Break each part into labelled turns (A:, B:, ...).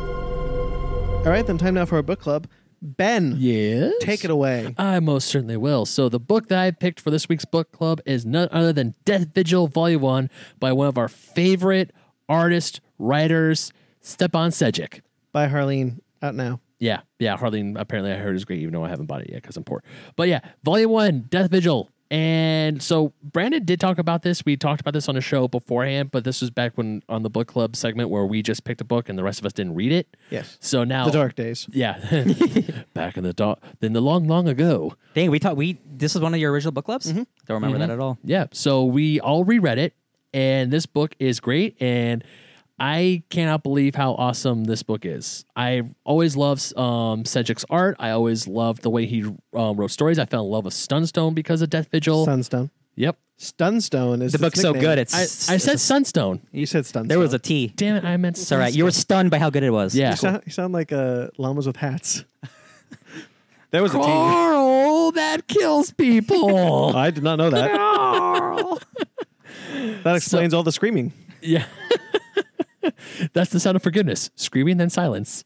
A: All right, then time now for our book club. Ben,
B: Yes.
A: take it away.
B: I most certainly will. So the book that I picked for this week's book club is none other than Death Vigil Volume 1 by one of our favorite artist writers, Stepan Sejic.
A: By Harleen, out now.
B: Yeah, yeah. Harleen, apparently I heard is great, even though I haven't bought it yet because I'm poor. But yeah, Volume One, Death Vigil, and so Brandon did talk about this. We talked about this on the show beforehand, but this was back when on the book club segment where we just picked a book and the rest of us didn't read it.
A: Yes.
B: So now
A: The Dark Days.
B: Yeah, back in the dark, then the long, long ago.
C: Dang, we taught we. This is one of your original book clubs.
A: Mm-hmm.
C: Don't remember that at all.
B: Yeah. So we all reread it, and this book is great. And I cannot believe how awesome this book is. I always loved um, Cedric's art. I always loved the way he um, wrote stories. I fell in love with Stunstone because of Death Vigil.
A: Sunstone.
B: yep.
A: Stunstone is
C: The
A: its
C: book's so
A: nickname.
C: good. It's
B: I, I said Sunstone.
A: you said Stunstone.
C: there was a T.
B: Damn it, I meant
C: It's all right. You were stunned by how good it was.
B: Yeah.
A: You sound, you sound like uh, llamas with hats. there was a T.
B: Carl, that kills people.
A: I did not know that. that explains all the screaming
B: yeah. That's the sound of forgiveness. Screaming, then silence.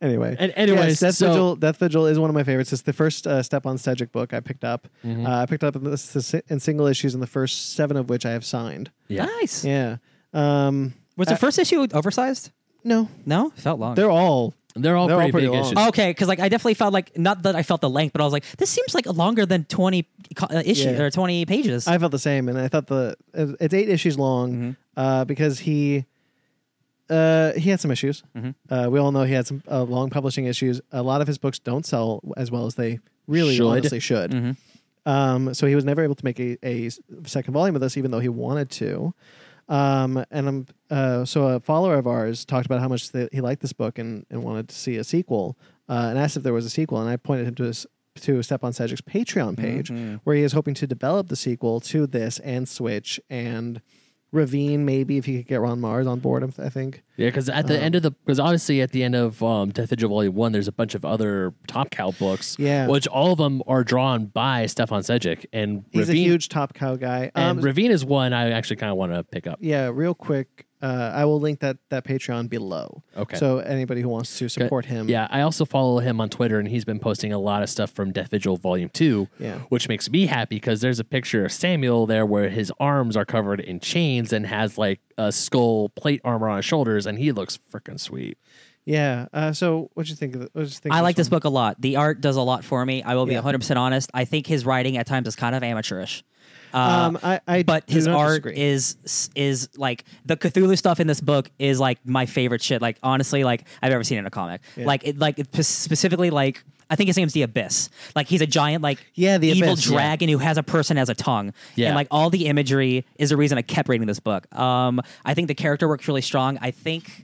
A: anyway.
B: And anyways,
A: yes, Death
B: so-
A: Vigil. Death Vigil is one of my favorites. It's the first uh, Step on Cedric book I picked up.
C: Mm-hmm.
A: Uh, I picked up in, this, this, in single issues, and the first seven of which I have signed.
B: Yeah.
C: Nice.
A: Yeah. Um,
C: Was the first issue oversized?
A: no,
C: No, felt long.
A: they're all.
B: They're all
A: They're all
B: pretty,
A: pretty
B: big
A: long.
B: issues.
C: Okay, because like I definitely felt like not that I felt the length, but I was like, this seems like longer than twenty co- uh, issues
A: Yeah.
C: or twenty pages.
A: I felt the same, and I thought the it- it's eight issues long uh, because he uh, he had some issues. Uh, we all know he had some uh, long publishing issues. A lot of his books don't sell as well as they really
B: Should.
A: honestly should. Um, so he was never able to make a, a second volume of this, even though he wanted to. Um, and I'm uh, so a follower of ours talked about how much that he liked this book and, and wanted to see a sequel, uh, and asked if there was a sequel, and I pointed him to his to Stepan Sedgwick's Patreon page,
B: Mm-hmm.
A: where he is hoping to develop the sequel to this and Switch and Ravine, maybe if he could get Ron Mars on board. I think.
B: Yeah, because at
A: Um,
B: the end of the because obviously at the end of um, Death Vigil Volume One, there's a bunch of other Top Cow books.
A: Yeah.
B: which all of them are drawn by Stefan Sedgwick and
A: He's
B: Ravine.
A: a huge Top Cow guy.
B: and
A: Um,
B: Ravine is one I actually kind of want to pick up.
A: yeah, real quick, uh, I will link that that Patreon below.
B: Okay.
A: So anybody who wants to support him,
B: Yeah, I also follow him on Twitter, and he's been posting a lot of stuff from Death Vigil Volume Two.
A: Yeah.
B: which makes me happy because there's a picture of Samuel there where his arms are covered in chains and has like a skull plate armor on his shoulders, and he looks freaking sweet.
A: yeah. Uh, so what do you think? Of the, what you think?
C: I
A: of
C: like this
A: one?
C: book a lot. The art does a lot for me. I will be
A: Yeah.
C: 100% honest. I think his writing at times is kind of amateurish. Uh,
A: Um, I, I
C: but
A: do
C: his
A: not
C: art
A: disagree.
C: is is like the Cthulhu stuff in this book is like my favorite shit. Like honestly, like I've ever seen in a comic. Like it, like it, specifically like I think his name's the Abyss. Like he's a giant like
A: Yeah, the
C: evil
A: Abyss, yeah.
C: dragon who has a person as a tongue.
B: Yeah.
C: And like all the imagery is the reason I kept reading this book. Um, I think the character work's really strong. I think.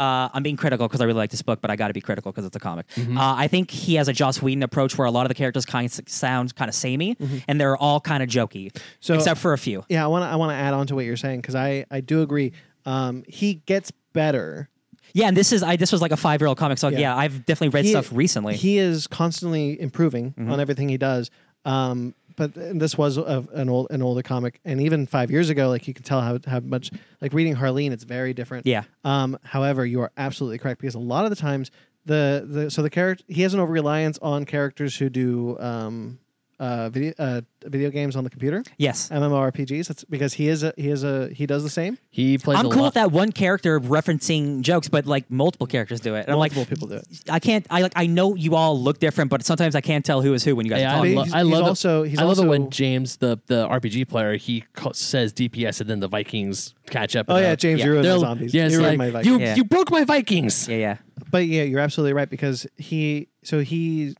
C: Uh, I'm being critical because I really like this book, but I got to be critical because it's a comic.
A: Mm-hmm.
C: Uh, I think he has a Joss Whedon approach where a lot of the characters kind of sound kind of samey, and they're all kind of jokey,
A: Mm-hmm. So-
C: except for a few.
A: Yeah, I want to I want to add on to what you're saying because I I do agree. Um, he gets better.
C: Yeah, and this is I this was like a five year old comic, so yeah. I've definitely read
A: He-
C: stuff recently. Mm-hmm.
A: He is constantly improving on everything he does. Um, but this was a, an old an older comic, and even five years ago, like you can tell how how much like reading Harleen, it's very different.
C: Yeah.
A: Um, however, you are absolutely correct because a lot of the times the the so the character he has an over reliance on characters who do um uh video uh video games on the computer.
C: yes.
A: MMORPGs. That's because he is a he is a he does the same.
B: He plays.
C: I'm
B: a
C: cool
B: lot.
C: with that one character referencing jokes, but like multiple characters do it. And
A: Multiple
C: I'm like,
A: people do it.
C: I can't. I like. I know you all look different, but sometimes I can't tell who is who when you guys
B: Yeah,
C: talk.
B: I,
A: But
B: lo-
A: he's-
B: I
A: he's
B: love
A: also-
B: it.
A: he's
B: I love it
A: also-
B: when James, the the RPG player, he ca- says DPS and then the Vikings catch up.
A: Oh
B: and,
A: yeah,
B: uh,
A: James,
C: yeah.
A: you ruined
B: they're-
A: the zombies.
B: Yeah, it's
A: you ruined
B: like,
A: my
B: you
A: Vikings.
C: Yeah.
B: you broke my Vikings.
C: yeah, yeah.
A: But yeah, you're absolutely right because he so he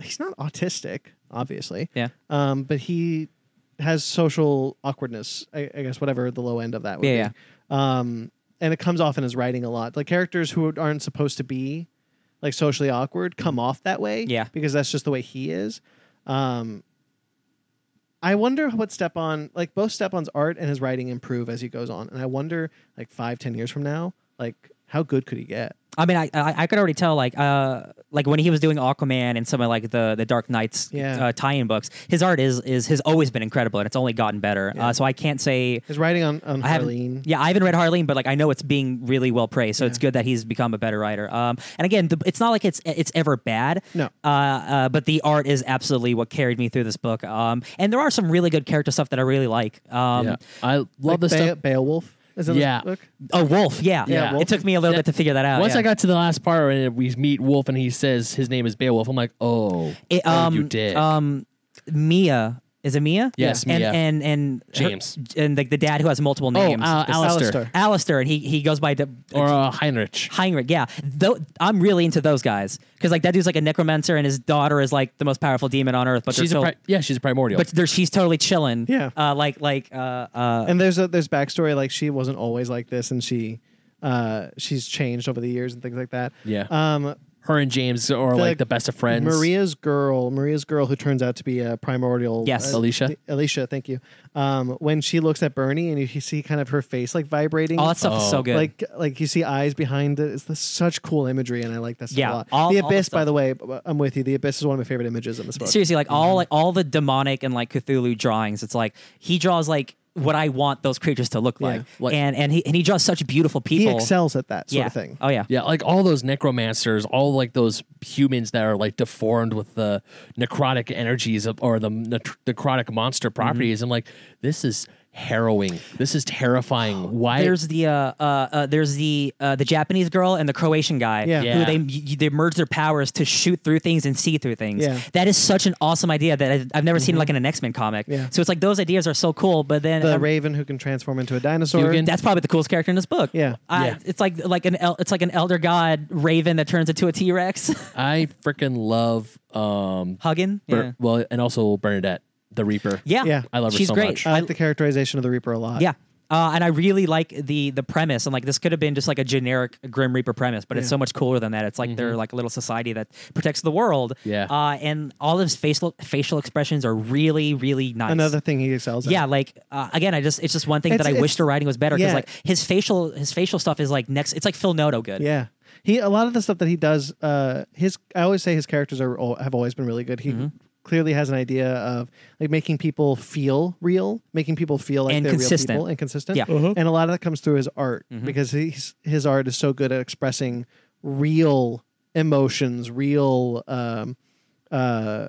A: he's not autistic, obviously.
C: Yeah.
A: Um, but he has social awkwardness. I, I guess whatever the low end of that would
C: Yeah,
A: be. Yeah. Um, and it comes off in his writing a lot. Like characters who aren't supposed to be like socially awkward come off that way.
C: Yeah.
A: Because that's just the way he is. Um, I wonder what Stepan, like both Stepan's art and his writing improve as he goes on. And I wonder, like five, ten years from now, like how good could he get?
C: I mean, I, I I could already tell like uh like when he was doing Aquaman and some of like the the Dark Knights
A: Yeah.
C: uh, tie-in books, his art is is has always been incredible and it's only gotten better. Uh, so I can't say
A: His writing on on
C: I haven't-
A: Harleen.
C: Yeah, I haven't read Harleen, but like I know it's being really well praised, so it's good that he's become a better writer. Um, and again, the, it's not like it's it's ever bad.
A: No.
C: Uh, uh, but the art is absolutely what carried me through this book. Um, and there are some really good character stuff that I really like. Um,
B: yeah. I love
A: Like
B: the
A: Be-
B: stuff.
A: Beowulf is in
B: Yeah.
A: this book.
C: Oh, Wolf. Yeah.
B: Yeah, Wolf.
C: It took me a little
B: Oh, Yeah.
C: bit to figure that out.
B: Once
C: yeah.
B: I got to the last part and we meet Wolf and he says his name is Beowulf, I'm like, oh,
C: It,
B: oh,
C: um,
B: you did.
C: Um, Mia. Is it Mia?
B: Yes,
C: and,
B: Mia.
C: And and her-
B: James.
C: and like the dad who has multiple names.
B: oh, Al-
C: This-
B: Alistair.
A: Alistair.
C: Alistair, and he he goes by the,
B: Or uh, Heinrich.
C: Heinrich, yeah. Though I'm really into those guys because like that dude's like a necromancer, and his daughter is like the most powerful demon on earth. But
B: She's
C: they're
B: a
C: still-
B: pri- yeah, she's a primordial.
C: but they're, she's totally chilling.
A: Yeah.
C: Uh, like like uh, uh,
A: And there's a there's backstory like she wasn't always like this, and she uh she's changed over the years and things like that.
B: Yeah.
A: Um,
B: Her and James are like the best of friends.
A: Maria's girl, Maria's girl, who turns out to be a primordial.
C: Yes.
A: uh,
B: Alicia.
A: Alicia, thank you. Um, when she looks at Bernie and you see kind of her face like vibrating.
C: all that stuff is
B: Oh.
C: so good.
A: Like, like you see eyes behind it. It's the, such cool imagery, and I like that stuff
C: Yeah,
A: a lot.
C: all-
A: the
C: all the
A: abyss, by
C: stuff.
A: the way, b- I'm with you. The abyss is one of my favorite images in this book.
C: seriously, like
A: mm-hmm.
C: all like all the demonic and like Cthulhu drawings. It's like he draws like what I want those creatures to look like,
B: Like-
C: and and he and he draws such beautiful
A: He
C: people.
A: excels at that sort
C: yeah.
A: of thing.
C: Oh yeah.
B: Yeah, like all those necromancers, all like those humans that are like deformed with the necrotic energies of, or the nec- necrotic monster
C: Mm-hmm.
B: properties. I'm like, this is harrowing. This is terrifying. Why?
C: There's the uh, uh, uh, there's the uh, the Japanese girl and the Croatian guy
A: Yeah.
B: Yeah.
C: who they y- they merge their powers to shoot through things and see through things.
A: Yeah. Mm-hmm.
C: That is such an awesome idea that I- I've never seen like in an X Men comic.
A: Yeah.
C: So it's like those ideas are so cool, but then
A: The
C: um,
A: raven who can transform into a dinosaur.
B: Dugan.
C: that's probably the coolest character in this book.
A: Yeah.
C: I,
B: Yeah.
C: it's like like an el- it's like an elder god raven that turns into a T Rex.
B: I freaking love um
C: Huggin.
B: Ber-
C: yeah.
B: well, and also Bernadette the Reaper.
C: Yeah.
A: Yeah.
B: I love her
C: She's
B: so
C: great.
B: much.
A: I like the characterization of the Reaper a lot.
C: Yeah. Uh, and I really like the the premise, and like this could have been just like a generic Grim Reaper premise, but it's so much cooler than that. It's like
A: Mm-hmm.
C: they're like a little society that protects the world.
B: Yeah.
C: Uh, and all of his facial facial expressions are really really nice.
A: Another thing he excels at.
C: Yeah, like uh, again, I just it's just one thing
A: It's-
C: that I wish
A: it's-
C: the writing was better because
A: yeah.
C: like his facial his facial stuff is like next. It's like Phil Noto good.
A: Yeah. He a lot of the stuff that he does uh his I always say his characters are al- have always been really good. He
C: Mm-hmm.
A: clearly has an idea of like making people feel real, making people feel like
C: And
A: they're
C: consistent.
A: real people and consistent.
C: Yeah. Mm-hmm. Uh-huh.
A: And a lot of that comes through his art because he's his art is so good at expressing real emotions, real um uh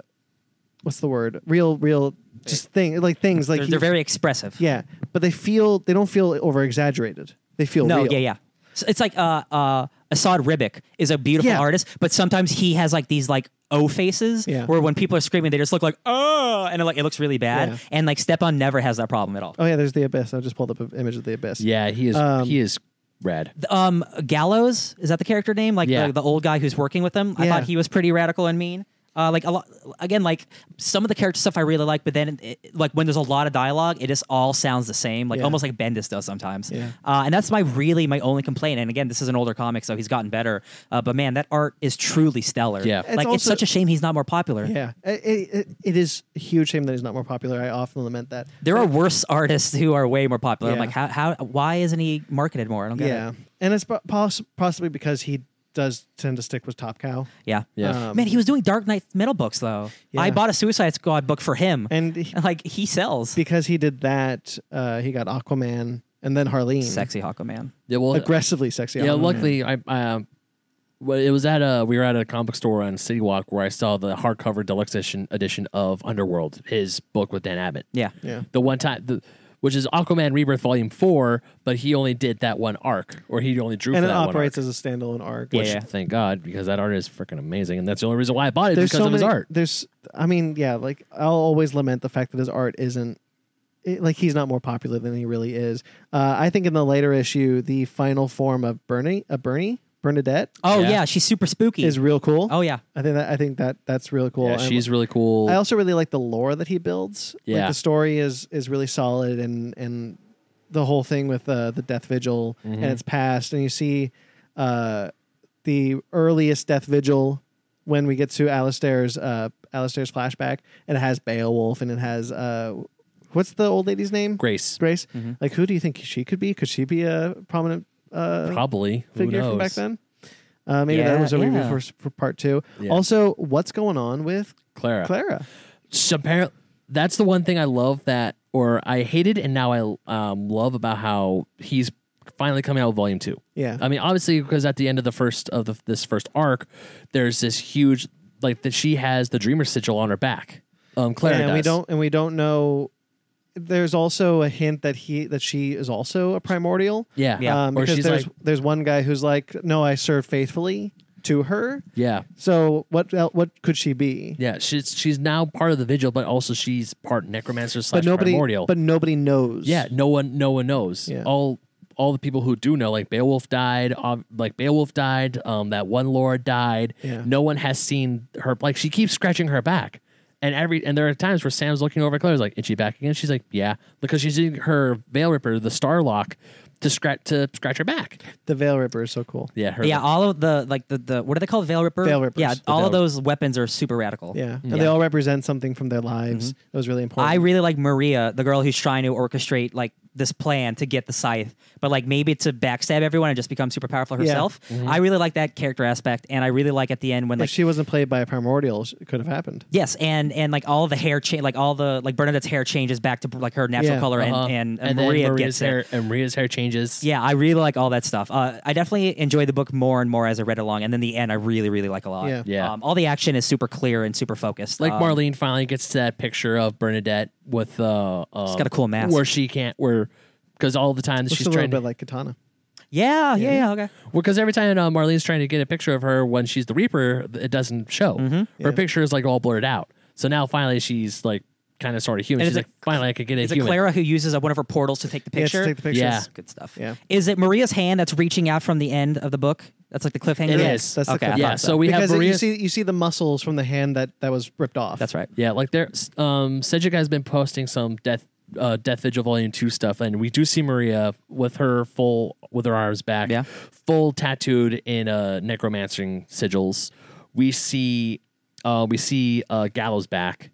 A: what's the word? Real real just thing like things like
C: They're,
A: he-
C: they're very expressive.
A: yeah, but they feel they don't feel over exaggerated. They feel
C: No,
A: real.
C: yeah, yeah. So it's like uh, uh, Assad Ribic is a beautiful
A: Yeah.
C: artist, but sometimes he has like these like O faces
A: Yeah.
C: where when people are screaming, they just look like oh, and it, like it looks really bad.
A: Yeah.
C: And like Stepan never has that problem at all.
A: Oh yeah, there's the abyss. I just pulled up an image of the abyss.
B: Yeah, he is he is rad.
C: Um, Gallows is that the character name? Like
B: Yeah.
C: the, the old guy who's working with them. I
A: Yeah.
C: thought he was pretty radical and mean. Uh, like a lot again, like some of the character stuff I really like, but then it, like when there's a lot of dialogue, it just all sounds the same, like
A: Yeah.
C: almost like Bendis does sometimes.
A: Yeah.
C: Uh, and that's my really my only complaint. And again, this is an older comic, so he's gotten better. Uh, but man, that art is truly stellar.
B: Yeah. It's
C: like it's
A: also-
C: such a shame he's not more popular.
A: Yeah, it, it, it is a huge shame that he's not more popular. I often lament that.
C: There are worse artists who are way more popular. I'm
A: Yeah.
C: like, how, how why isn't he marketed more? I don't get
A: yeah,
C: it.
A: and it's po- poss- possibly because he does tend to stick with Top Cow.
C: Yeah.
B: Yeah.
A: Um,
C: Man, he was doing Dark Knight metal books though.
A: Yeah.
C: I bought a Suicide Squad book for him, and
A: and he-
C: like he sells.
A: because he did that, uh, he got Aquaman and then Harleen,
C: Sexy Aquaman.
B: Yeah, well,
A: aggressively sexy.
B: yeah.
A: Aquaman.
B: Luckily, I, I um, well, it was at a we were at a comic book store on City Walk where I saw the hardcover deluxe edition edition of Underworld, his book with Dan Abbott.
C: Yeah.
A: yeah,
B: the one time the which is Aquaman Rebirth Volume Four, but he only did that one arc, or he only drew.
A: and
B: for
A: it
B: that one
A: operates
B: arc.
A: as a standalone arc.
C: Yeah,
A: which-
C: yeah.
B: Thank God, because that art is freaking amazing, and that's the only reason why I bought it
A: There's
B: because
A: so
B: of his
A: many-
B: art.
A: There's, I mean, yeah, like I'll always lament the fact that his art isn't. It, like he's not more popular than he really is. Uh, I think in the later issue, the final form of Bernie, uh, Bernie, Bernadette,
C: Oh
B: Yeah.
C: yeah. she's super spooky.
A: is real cool.
C: oh yeah.
A: I think that I think that that's really cool.
B: Yeah,
A: And
B: she's really cool.
A: I also really like the lore that he builds.
B: Yeah.
A: like the story is is really solid, and and the whole thing with uh, the Death Vigil
B: Mm-hmm.
A: and its past, and you see uh, the earliest Death Vigil when we get to Alistair's uh, Alistair's flashback, and it has Beowulf, and it has uh, what's the old lady's name?
B: Grace. Mm-hmm.
A: Grace. Like, who do you think she could be? Could she be a prominent? uh,
B: Probably. Who
A: figure from back
B: knows?
A: then. Uh, maybe that
C: Yeah,
A: was a review
C: yeah.
A: for, for part two.
B: Yeah.
A: Also, what's going on with
B: Clara.
A: Clara?
B: So apparently, that's the one thing I love that, or I hated and now I um, love about how he's finally coming out with volume two.
A: Yeah.
B: I mean, obviously, because at the end of the first of the, this first arc, there's this huge like that she has the Dreamer sigil on her back. Um, Clara
A: and we
B: does.
A: don't and we don't know. There's also a hint that he that she is also a primordial.
B: Yeah.
C: Yeah.
A: Um,
B: Or
A: because
B: she's
A: there's
B: like-
A: there's one guy who's like, no, I serve faithfully to her.
B: Yeah.
A: So what el- what could she be?
B: Yeah. She's she's now part of the vigil, but also she's part necromancer slash
A: but nobody
B: primordial.
A: but nobody knows.
B: yeah. No one. No one knows.
A: Yeah.
B: All all the people who do know, like Beowulf died. ob- like Beowulf died. Um, that one lord died.
A: Yeah.
B: No one has seen her. Like she keeps scratching her back. And every and there are times where Sam's looking over at Claire's like, is she back again? She's like, yeah, because she's using her veil ripper, the star lock, to scratch to scratch her back.
A: The Veil Ripper is so cool.
B: Yeah, her uh-huh.
C: Yeah, all of the like the, the what are they called? Veil Ripper.
A: Veil Rippers.
C: Yeah,
A: The
C: all
B: Veil-
C: of those weapons are super radical.
A: Yeah. And they all represent something from their lives.
B: Mm-hmm.
A: That was really important.
C: I really like Maria, the girl who's trying to orchestrate like this plan to get the scythe, but like maybe to backstab everyone and just become super powerful
A: Yeah.
C: herself. I really like that character aspect, and I really like at the end when
A: if
C: like
A: she wasn't played by a primordial, it could have happened.
C: yes, and and like all the hair change, like all the like Bernadette's hair changes back to like her natural
A: Yeah.
C: color, and,
B: Uh-huh.
C: and,
B: and then
C: Maria
B: Maria's
C: gets it.
B: hair and Maria's hair changes.
C: Yeah, I really like all that stuff. Uh, I definitely enjoyed the book more and more as I read along, and then the end I really really like a lot.
A: Yeah.
B: Yeah.
C: Um, all the action is super clear and super focused.
B: Like
C: Um,
B: Marlene finally gets to that picture of Bernadette with uh, uh
C: got a cool mask.
B: where she can't where because all the times
A: Looks
B: she's
A: a little
B: trying
A: bit like Katana.
C: Yeah, yeah, yeah. Okay.
B: because every time uh, Marlene's trying to get a picture of her when she's the Reaper, th- it doesn't show.
C: Mm-hmm.
B: Her
A: Yeah.
B: picture is like all blurred out. So now finally she's like kind of sort of human.
C: And
B: she's
C: is
B: like
C: it-
B: finally I could get a
C: Is it
B: human.
C: Clara who uses uh, one of her portals to take the
A: Yeah, to
C: picture?
A: take the pictures.
B: Yeah.
C: Good stuff.
A: Yeah.
C: Is it Maria's hand that's reaching out from the end of the book? That's like the cliffhanger.
B: It
A: Yes,
B: is.
A: that's
C: Okay,
A: the
C: I
A: clip
B: yeah,
A: art.
B: so we have
A: because it- you
B: Maria-
A: see you see the muscles from the hand that that was ripped off.
C: That's right.
B: Yeah, like there, s- um, Cedric has been posting some death, uh, Death Vigil Volume Two stuff, and we do see Maria with her full, with her arms back,
C: Yeah.
B: full tattooed in uh, necromancing sigils. We see, uh, we see uh, Gallows back,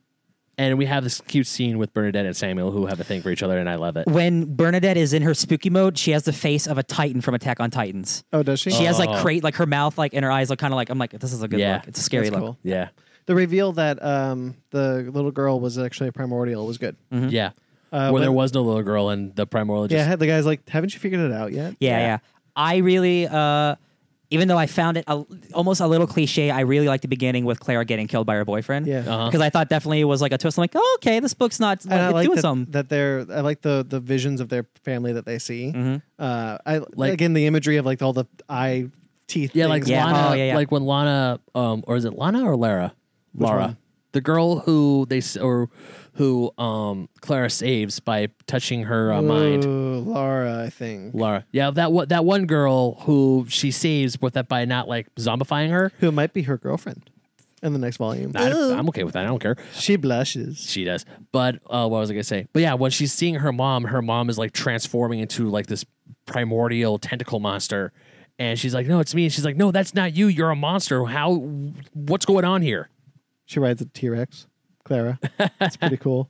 B: and we have this cute scene with Bernadette and Samuel who have a thing for each other, and I love it.
C: When Bernadette is in her spooky mode, she has the face of a Titan from Attack on Titans.
A: Oh, does she?
C: She has like
B: Oh.
C: crate, like her mouth, like and her eyes look kind of like I'm like this is a good
B: Yeah.
C: look. It's a scary
A: That's
C: look.
A: cool.
B: Yeah,
A: The reveal that um, the little girl was actually a primordial was good.
B: yeah.
A: Uh,
B: Where
A: when-
B: there was no little girl, and the primordial just
A: Yeah, the guy's like, haven't you figured it out yet?
C: Yeah,
B: Yeah.
C: yeah. I really, uh, even though I found it a, almost a little cliche, I really liked the beginning with Clara getting killed by her boyfriend.
A: Yeah.
B: Uh-huh.
C: Because I thought definitely it was like a twist. I'm like, oh, okay, this book's not like,
A: And I
C: it's
A: like
C: doing
A: that,
C: something.
A: that they're. I like the the visions of their family that they see. Uh, I
B: Mm-hmm. Like-
A: like again the imagery of like all the eye teeth.
B: Yeah, like
A: things.
C: Yeah.
B: Lana,
C: Oh, yeah, yeah.
B: like when Lana, um, or is it Lana or Lara? Lara,
A: one?
B: the girl who they s- or who um Clara saves by touching her uh, mind.
A: Ooh, Laura, I think
B: Lara, yeah, that what that one girl who she saves with that by not like zombifying her.
A: who might be her girlfriend in the next volume.
B: I, I'm okay with that. I don't care.
A: she blushes.
B: She does, but uh, what was I gonna say? But yeah, when she's seeing her mom, her mom is like transforming into like this primordial tentacle monster, and she's like, "No, it's me." And she's like, "No, that's not you. You're a monster. How? What's going on here?"
A: She rides a T Rex. Clara, it's pretty cool.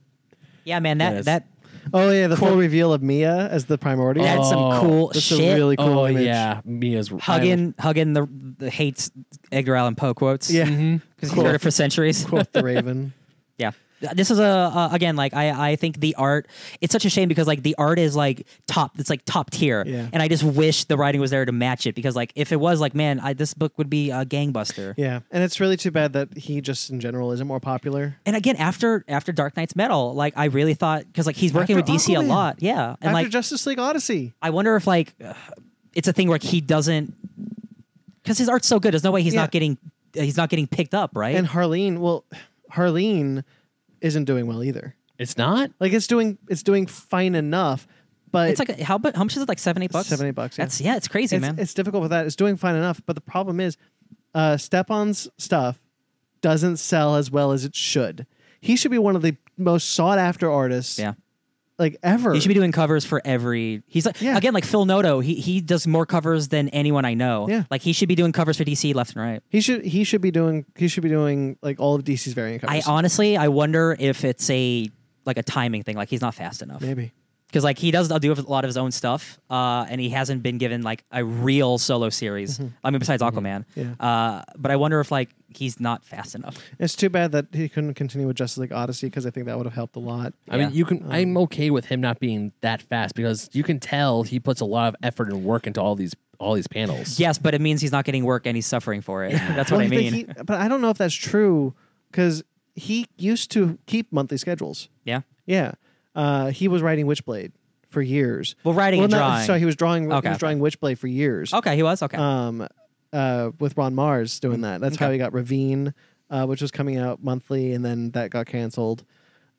C: Yeah, man, that
B: Yes.
C: that
A: Oh yeah, the full reveal of Mia as the primordial.
C: that's
B: Oh,
C: some cool
A: that's
C: shit.
A: a really cool
B: oh
A: image.
B: yeah, Mia's I-
C: hugging, hugging the, the hates Edgar Allan Poe quotes.
A: Yeah.
B: Mm-hmm.
C: because he's heard it for centuries.
A: Quote the Raven.
C: Yeah. This is a uh, again like I I think the art it's such a shame because like the art is like top it's like top tier
A: Yeah.
C: and I just wish the writing was there to match it because like if it was like man I, this book would be a gangbuster
A: Yeah, and it's really too bad that he just in general isn't more popular.
C: and again after after Dark Knight's Metal like I really thought because like he's working
A: After
C: with DC
A: Aquaman.
C: a lot yeah and
A: After
C: like
A: Justice League Odyssey,
C: I wonder if like uh, it's a thing where like, he doesn't because his art's so good there's no way he's
A: Yeah.
C: not getting uh, he's not getting picked up right
A: and Harleen, well, Harleen isn't doing well either.
B: It's not.
A: Like it's doing it's doing fine enough, but
C: it's like a, how bu- how much is it like seven eight bucks
A: seven eight bucks. Yeah.
C: that's yeah it's crazy
A: it's,
C: man
A: it's difficult with that. It's doing fine enough, but the problem is, uh, Stepan's stuff doesn't sell as well as it should. He should be one of the most sought after artists,
C: yeah.
A: like ever.
C: You should be doing covers for every. He's like
A: Yeah.
C: again like Phil Noto. He he does more covers than anyone I know.
A: Yeah.
C: Like he should be doing covers for DC left and right.
A: he should he should be doing he should be doing like all of DC's variant
C: I
A: covers.
C: honestly I wonder if it's a like a timing thing. Like he's not fast enough.
A: Maybe.
C: because like he does do a lot of his own stuff, uh, and he hasn't been given like a real solo series. I mean, besides Aquaman.
A: Mm-hmm. Yeah.
C: Uh, but I wonder if like he's not fast enough.
A: It's too bad that he couldn't continue with Justice League Odyssey because I think that would have helped a lot.
B: I mean,
C: Yeah. Mm.
B: you can. I'm okay with him not being that fast because you can tell he puts a lot of effort and work into all these all these panels.
C: Yes, but it means he's not getting work and he's suffering for it. That's what
A: Well,
C: I
A: but
C: mean.
A: he- but I don't know if that's true because he used to keep monthly schedules.
C: yeah.
A: Yeah, uh, he was writing Witchblade for years.
C: Well, writing and drawing.
A: Sorry, he was drawing.
C: Okay. Oh.
A: He was drawing Witchblade for years.
C: Okay, he was okay.
A: Um, uh, with Ron Mars doing that. That's how
C: Okay.
A: he got Ravine, uh, which was coming out monthly, and then that got canceled.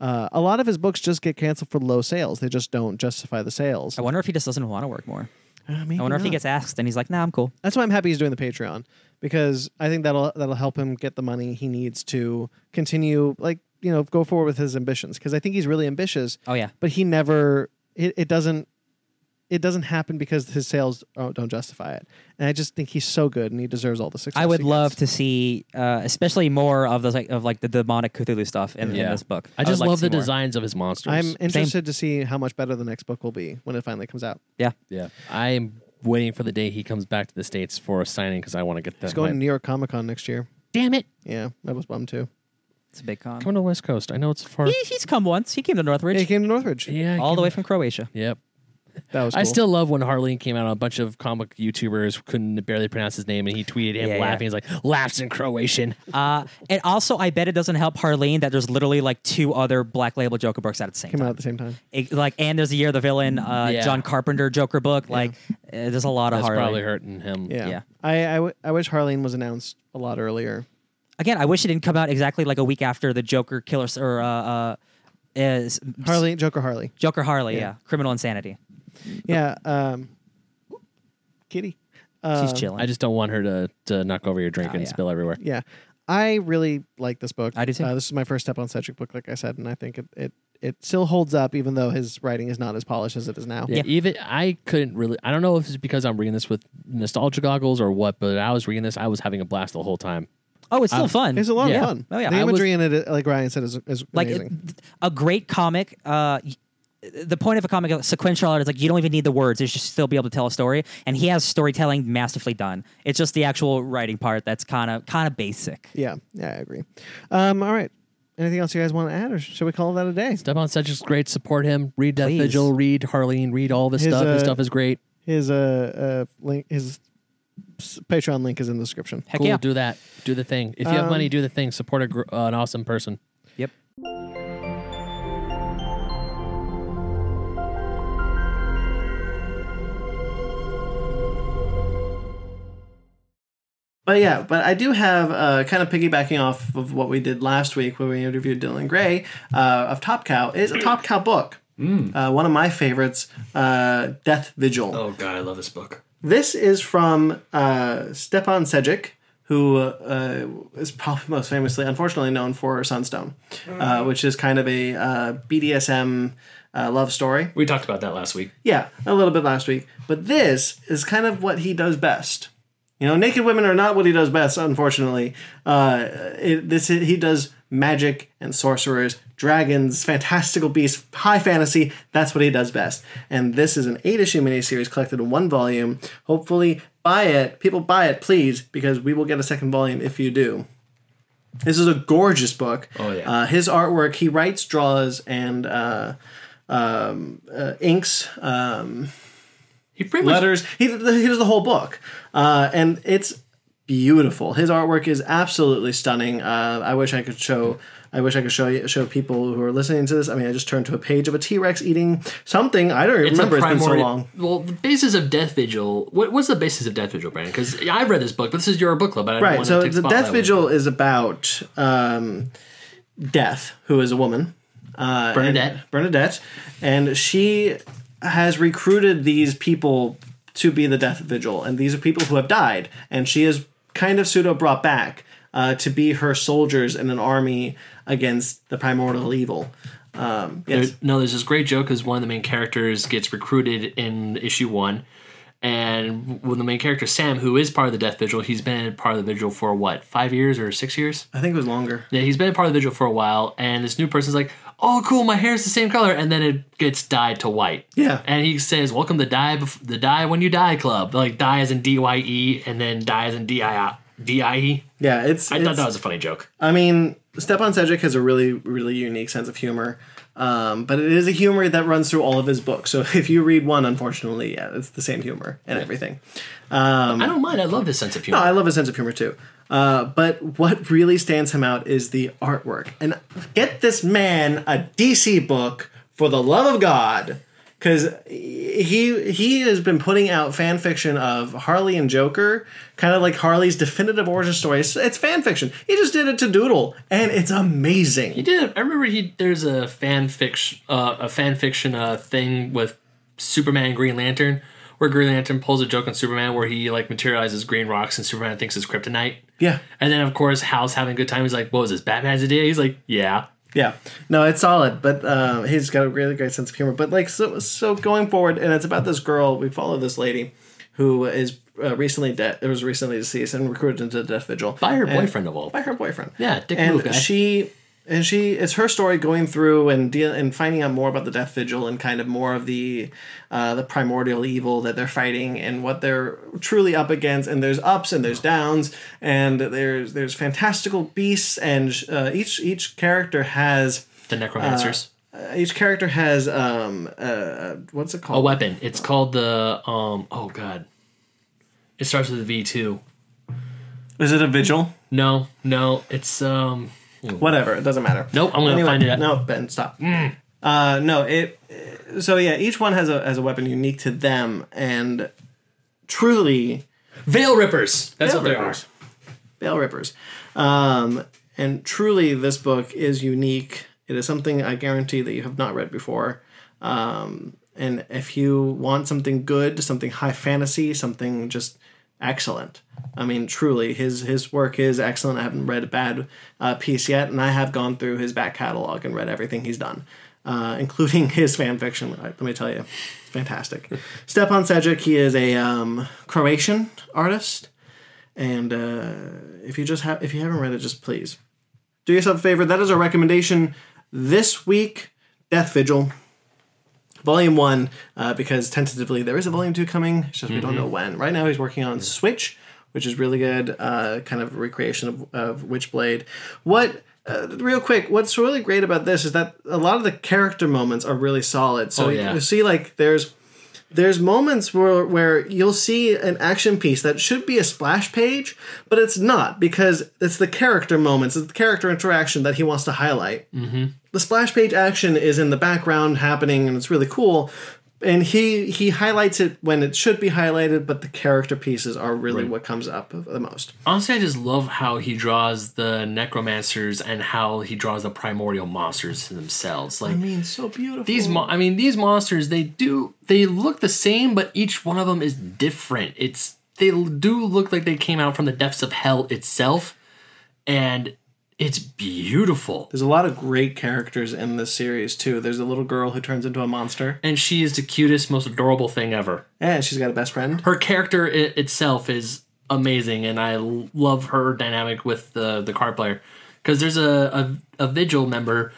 A: Uh, a lot of his books just get canceled for low sales. They just don't justify the sales.
C: I wonder if he just doesn't want to work more.
A: Uh, maybe
C: I wonder if he
A: not.
C: gets asked and he's like, "Nah, I'm cool."
A: That's why I'm happy he's doing the Patreon because I think that'll that'll help him get the money he needs to continue, like you know, go forward with his ambitions. Because I think he's really ambitious,
C: Oh yeah.
A: but he never it, it doesn't it doesn't happen because his sales don't, don't justify it. And I just think he's so good and he deserves all the success.
C: I would
A: he gets.
C: love to see, uh, especially more of the like, of like the demonic Cthulhu stuff in, in this book.
B: I
C: would
B: just
C: like to
B: love
C: see
B: the
C: more.
B: designs of his monsters.
A: I'm interested to see how much better the next book will be when it finally comes out.
C: Yeah,
B: yeah, I'm waiting for the day he comes back to the states for a signing because I want to get that.
A: It's going to
B: my-
A: New York Comic Con next year.
B: Damn it!
A: Yeah, I was bummed too.
C: it's a big con.
B: Coming to the West Coast. I know it's far.
C: He, he's come once. He came to Northridge,
A: Yeah, he came to Northridge.
B: yeah, I
C: all the
B: can-
C: way from Croatia.
B: Yep.
A: That was.
B: I
A: cool.
B: still love when Harleen came out. A bunch of comic YouTubers couldn't barely pronounce his name, and he tweeted him
C: Yeah, yeah.
B: laughing. He's like, "Laughs in Croatian."
C: Uh, and also, I bet it doesn't help Harleen that there's literally like two other Black Label Joker books out at the same
A: came
C: time.
A: out at the same time.
C: It- like, and there's a Year of the Villain, uh,
B: Yeah.
C: John Carpenter Joker book. Like, uh, there's a lot of
B: That's
C: Harleen.
B: probably hurting him.
A: Yeah.
C: Yeah.
A: I I, w- I wish Harleen was announced a lot earlier.
C: Again, I wish it didn't come out exactly like a week after the Joker Killer s- or uh, uh, is
A: Harley Joker Harley.
C: Joker Harley. Yeah.
A: Yeah.
C: Criminal Insanity.
A: Yeah. Um, kitty. Uh,
C: She's chilling.
B: I just don't want her to to knock over your drink
C: Oh,
B: and
C: yeah.
B: spill everywhere.
A: Yeah. I really like this book.
C: I do too.
A: Uh, this is my first step on Cedric book, like I said, and I think it, it it still holds up, even though his writing is not as polished as it is now.
B: Yeah, even I couldn't really. I don't know if it's because I'm reading this with nostalgia goggles or what, but I was reading this. I was having a blast the whole time.
C: oh, it's still fun.
A: It's a lot
B: Yeah.
A: of fun.
C: Oh, yeah.
A: The
C: I was-
A: imagery in it, uh, like Ryan said, is, is
C: like
A: amazing.
C: th- a great comic uh y- the point of a comic a sequential art is like you don't even need the words you should still be able to tell a story and he has storytelling masterfully done it's just the actual writing part that's kind of kind of basic
A: yeah. Yeah, I agree. Um, all right. Anything else you guys want to add, or should we call that a day?
B: Step on Cedric's great. Support him. Read Death
C: Please.
B: Vigil. Read Harleen. Read all this
A: His,
B: stuff. His
A: uh,
B: stuff is great.
A: His uh, uh link, his s- Patreon link is in the description.
C: heck
B: Cool.
C: yeah Um,
B: Do that. Do the thing. If you have money, do the thing. Support a gr- uh, an awesome person.
C: yep
A: But yeah, but I do have uh, kind of piggybacking off of what we did last week where we interviewed Dylan Gray uh, of Top Cow. It is a Top Cow book. Uh, one of my favorites, uh, Death Vigil.
D: Oh god, I love this book.
A: This is from uh, Stepan Sejic, who uh, is probably most famously, unfortunately, known for Sunstone, uh, which is kind of a uh, BDSM uh, love story.
D: We talked about that last week.
A: Yeah, a little bit last week. But this is kind of what he does best. You know, naked women are not what he does best, unfortunately. Uh, it, this he does magic and sorcerers, dragons, fantastical beasts, high fantasy. That's what he does best. And this is an eight issue miniseries collected in one volume. Hopefully, buy it. People buy it, please, because we will get a second volume if you do. This is a gorgeous book.
D: Oh, yeah.
A: Uh, his artwork, he writes, draws, and uh, um, uh, inks. Um,
D: He pretty much
A: letters. He, he does the whole book, uh, and it's beautiful. His artwork is absolutely stunning. Uh, I wish I could show. I wish I could show you, show people who are listening to this. I mean, I just turned to a page of a T Rex eating something. I don't even
D: it's a
A: remember. It's been so
D: primordial-
A: long.
D: Well, the basis of Death Vigil. What was the basis of Death Vigil, Brandon? Because I've read this book, but this is your book club. But I
A: Right. So the Death
D: Vigil.
A: Vigil is about um, Death, who is a woman, uh, and-
D: Bernadette.
A: Bernadette, and she has recruited these people to be the Death Vigil, and these are people who have died, and she is kind of pseudo brought back uh, to be her soldiers in an army against the primordial evil. Um, yes.
D: There- no, there's this great joke because one of the main characters gets recruited in issue one, and when the main character Sam, who is part of the Death Vigil, he's been part of the Vigil for what five years or six years?
A: I think it was longer.
D: Yeah, he's been a part of the vigil for a while, and this new person's like, "Oh, cool, my hair's the same color," and then it gets dyed to white.
A: Yeah.
D: and he says, "Welcome to die bef- the die when you die club." Like die as in D Y E, and then die as in D I D I E.
A: Yeah, it's.
D: I
A: it's-
D: thought that was a funny joke.
A: I mean, Stepan Sedgwick has a really, really unique sense of humor, um, but it is a humor that runs through all of his books. So if you read one, unfortunately, yeah, it's the same humor and everything.
D: I don't mind. Um, I love his sense of humor.
A: No, I love his sense of humor too. Uh, but what really stands him out is the artwork. And get this man a DC book for the love of God, because he he has been putting out fan fiction of Harley and Joker, kind of like Harley's definitive origin story. It's, it's fan fiction. He just did it to Doodle, and it's amazing.
D: He did. I remember he there's a fan fiction uh, a fan fiction uh, thing with Superman and Green Lantern where Green Lantern pulls a joke on Superman where he like materializes green rocks and Superman thinks it's kryptonite.
A: Yeah,
D: And then of course Hal's having a good time. He's like, "What was this Batman's idea?" He's like, "Yeah."
A: Yeah, no, it's solid, but uh, he's got a really great sense of humor. But like, so so going forward, and it's about this girl. We follow this lady who is uh, recently dead. Was recently deceased and recruited into the Death Vigil
D: By her
A: And-
D: boyfriend of all.
A: By her boyfriend.
D: Yeah, dick
A: and
D: move guy.
A: she and she it's her story going through and deal and finding out more about the Death Vigil and kind of more of the uh, the primordial evil that they're fighting and what they're truly up against. And there's ups and there's downs and there's there's fantastical beasts and uh, each each character has
D: the Necromancers.
A: uh, each character has um uh what's it
D: a
A: called?
D: weapon. It's called the um oh god. It starts with a V two.
A: Is it a vigil?
D: No, no, it's um
A: Whatever, it doesn't matter.
D: nope, I'm gonna
A: Anyway,
D: find it out. Mm.
A: No, Ben, stop. Uh, no, it. So yeah, each one has a has a weapon unique to them, and truly
D: Veil rippers. That's
A: Veil
D: what they are.
A: rippers. veil rippers. Um, and truly, this book is unique. It is something I guarantee that you have not read before. Um, and if you want something good, something high fantasy, something just excellent. I mean, truly, his his work is excellent. I haven't read a bad uh, piece yet, and I have gone through his back catalog and read everything he's done, uh, including his fan fiction. I- Let me tell you, it's fantastic. Stepan Sajic, he is a um, Croatian artist, and uh, if you just have if you haven't read it, just please do yourself a favor. That is our recommendation this week. Death Vigil, Volume One, uh, because tentatively there is a Volume Two coming. It's just we
D: Mm-hmm.
A: don't know when. Right now he's working on Switch, which is really good. Uh, kind of recreation of, of Witchblade. What? Uh, real quick, what's really great about this is that a lot of the character moments are really solid. So
D: Oh, yeah.
A: you see, like there's there's moments where where you'll see an action piece that should be a splash page, but it's not because it's the character moments, it's the character interaction that he wants to highlight. Mm-hmm. The splash page action is in the background happening, and it's really cool. And he he highlights it when it should be highlighted, but the character pieces are really what comes up the most.
D: Honestly, I just love how he draws the necromancers and how he draws the primordial monsters themselves. Like
A: mean, so beautiful.
D: these, mo- I mean, these monsters they do they look the same, but each one of them is different. It's they l- do look like they came out from the depths of hell itself, and it's beautiful.
A: There's a lot of great characters in this series too. There's a little girl who turns into a monster,
D: And she is the cutest, most adorable thing ever.
A: and she's got a best friend.
D: Her character i- itself is amazing, and I l- love her dynamic with the the card player because there's a, a a vigil member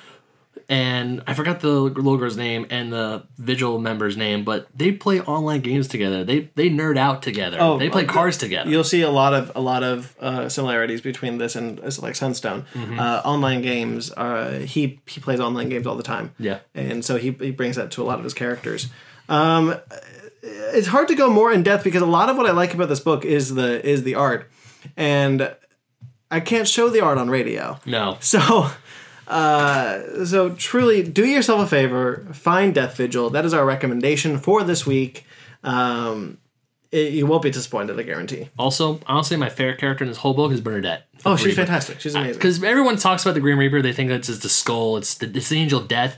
D: and I forgot the little girl's name and the vigil member's name, but they play online games together. They they nerd out together.
A: Oh,
D: they play
A: uh,
D: cards together.
A: You'll see a lot of a lot of uh, similarities between this and uh, like Sunstone. Uh, online games. Uh, he he plays online games all the time.
D: Yeah.
A: and so he he brings that to a lot of his characters. Um, it's hard to go more in depth because a lot of what I like about this book is the is the art, and I can't show the art on radio.
D: no,
A: So, uh, so truly, do yourself a favor. Find Death Vigil. That is our recommendation for this week. Um, it, you won't be disappointed, I guarantee.
D: also honestly, my favorite character in this whole book is Bernadette.
A: Oh, she's fantastic. She's amazing.
D: Because everyone talks about the Grim Reaper, they think that's just the skull. It's the, it's the angel of death.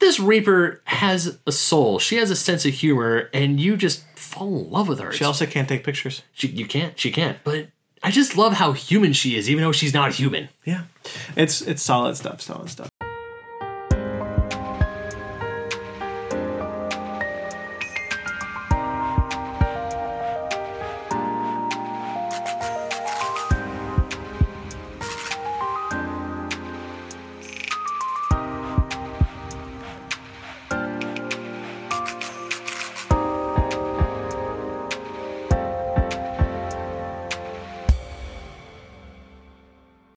D: This Reaper has a soul. She has a sense of humor, and you just fall in love with her.
A: she also can't take pictures.
D: She, you can't. She can't. But I just love how human she is, even though she's not human.
A: Yeah, it's it's solid stuff. Solid stuff.